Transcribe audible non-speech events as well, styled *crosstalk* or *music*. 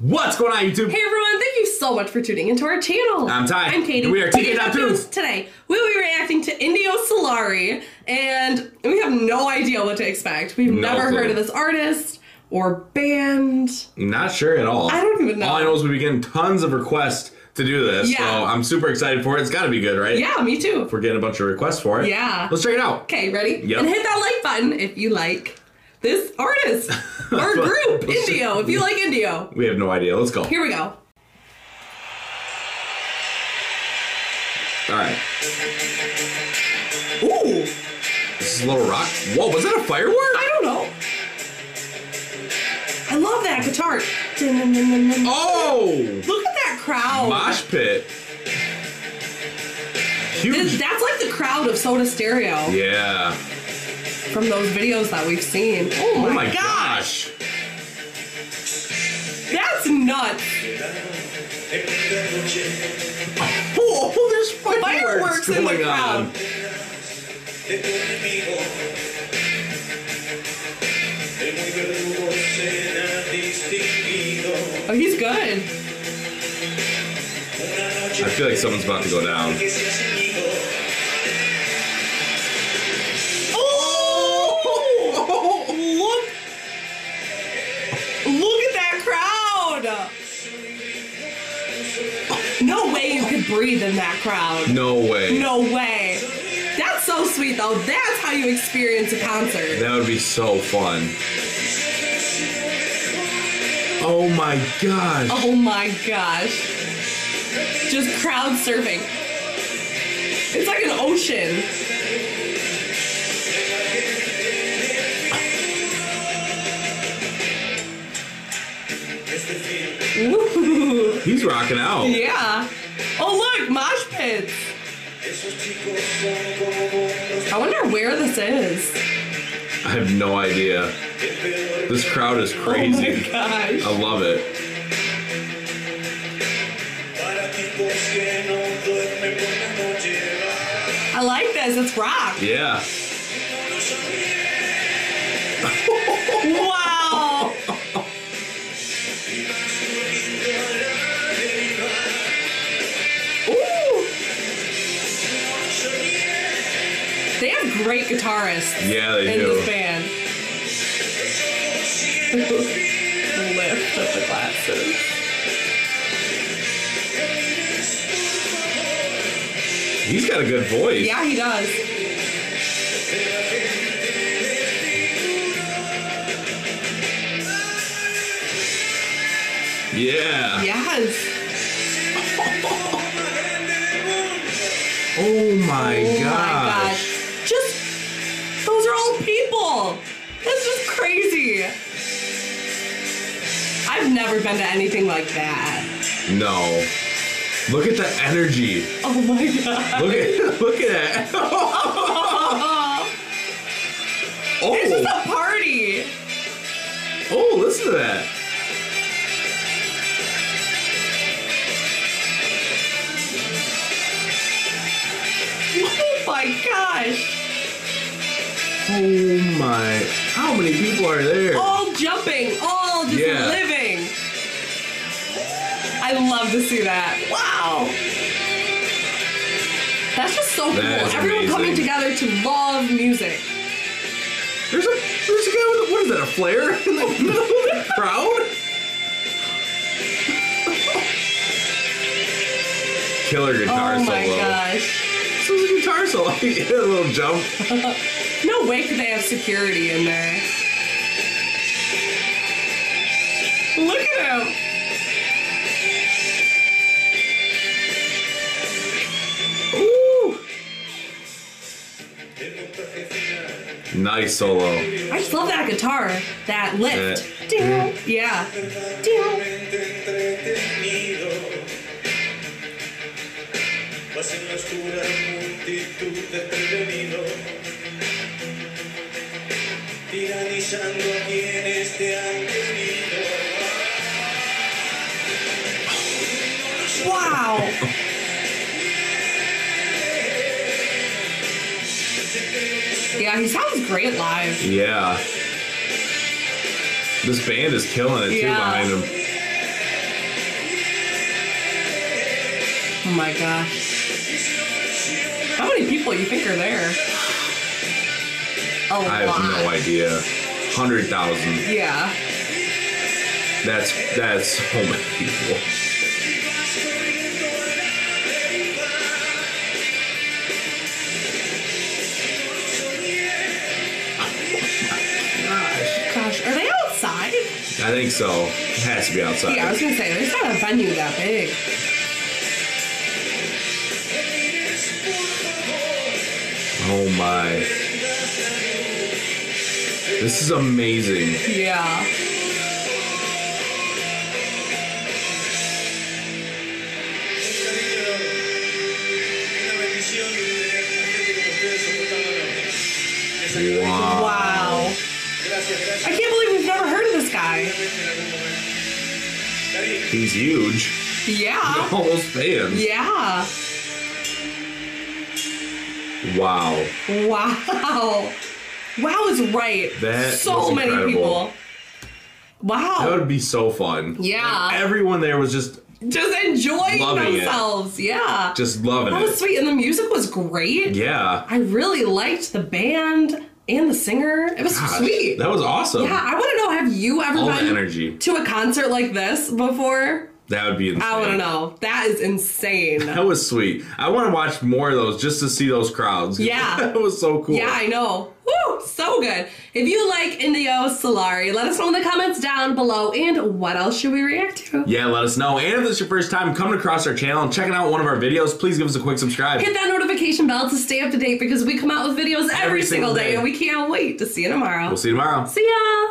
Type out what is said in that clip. What's going on, YouTube? Hey everyone, thank you so much for tuning into our channel. I'm Ty. I'm Katie. And we are TK Top Top Two. Tunes. Today, we'll be reacting to Indio Solari, and we have no idea what to expect. We've No never clue. heard of this artist or band. Not sure at all. I don't even know. All I know is we be getting tons of requests to do this, Yeah. so I'm super excited for it. It's got to be good, right? Yeah, me too. We're getting a bunch of requests for it. Yeah. Let's check it out. Okay, ready? Yep. And hit that like button if you like this *laughs* artist or group, Indio, if you like Indio. We have no idea. Let's go. Here we go. All right. Ooh, This is Little Rock. Whoa, was that a firework? I don't know. I love that guitar. Oh! Look at that crowd. Mosh pit. Th- Huge. That's like the crowd of Soda Stereo Yeah. from those videos that we've seen. Oh my, Oh my god, gosh. that's nuts! Oh, oh, there's fireworks, Fireworks in the going crowd. on. Oh, he's good. I feel like someone's about to go down. Oh, look! Look at that crowd! No way you could breathe in that crowd. No way. No way. That's so sweet though. That's how you experience a concert. That would be so fun. Oh my gosh. Oh my gosh. Just crowd surfing. It's like an ocean. Ooh, He's rocking out. yeah. Oh, look, mosh pits. I wonder where this is. I have no idea. This crowd is Oh crazy. my gosh. I love it. I like this. It's rock. Yeah. Wow. Ooh. They have great guitarists Yeah, they in do. this band. *laughs* Lift up the glasses. He's got a good voice. Yeah, he does. Yeah. Yes. Oh my oh gosh. my gosh. Just those are all people. That's just crazy. I've never been to anything like that. No. Look at the energy. Oh my god. Look at *laughs* look at that. It's just Oh, a party. oh, listen to that. Oh my gosh. Oh my. How many people are there? All jumping, all just Yeah. living. I love to see that. Wow. That's just so cool. That is Everyone coming amazing. together to love music. There's a there's a guy with a, what is that, a flare *laughs* in the middle of the crowd? Killer guitar oh my solo. gosh. This was a guitar solo. *laughs* He did a little jump. No way could they have security in there. Look at him. Ooh. Nice solo. I just love that guitar. That lift. Ding. Yeah. Ding. Tiranizando a quienes te han tenido. Wow. yeah, he sounds great live. Yeah. This band is killing it too Yeah. behind him. Oh my gosh. How many people you think are there? A I have lot. no idea. Hundred thousand. Yeah. That's that's so many people. Gosh. Gosh, are they outside? I think so. It has to be outside. Yeah, I was gonna say there's not a venue that big. Oh my. This is amazing. Yeah. Wow. Wow. I can't believe we've never heard of this guy. He's huge. *laughs* Yeah. All those fans. Yeah. Wow. Wow. Wow is right. That so was many incredible. people. Wow. That would be so fun. Yeah. Everyone there was just just enjoying Loving it. themselves. Yeah. just loving that was it. sweet. And the music was great. Yeah. I really liked the band and the singer. It was Gosh, sweet. That was awesome. yeah, I want to know have you ever All the been energy. to a concert like this before? That would be insane. I want to know. That is insane. That was sweet. I want to watch more of those just to see those crowds. *laughs* Yeah. that was so cool. Yeah, I know. Woo, so good. If you like Indio Solari, let us know in the comments down below. And what else should we react to? Yeah, let us know. And if this is your first time coming across our channel and checking out one of our videos, please give us a quick subscribe. Hit that notification bell to stay up to date because we come out with videos every, single day, and we can't wait to see you tomorrow. We'll see you tomorrow. see ya.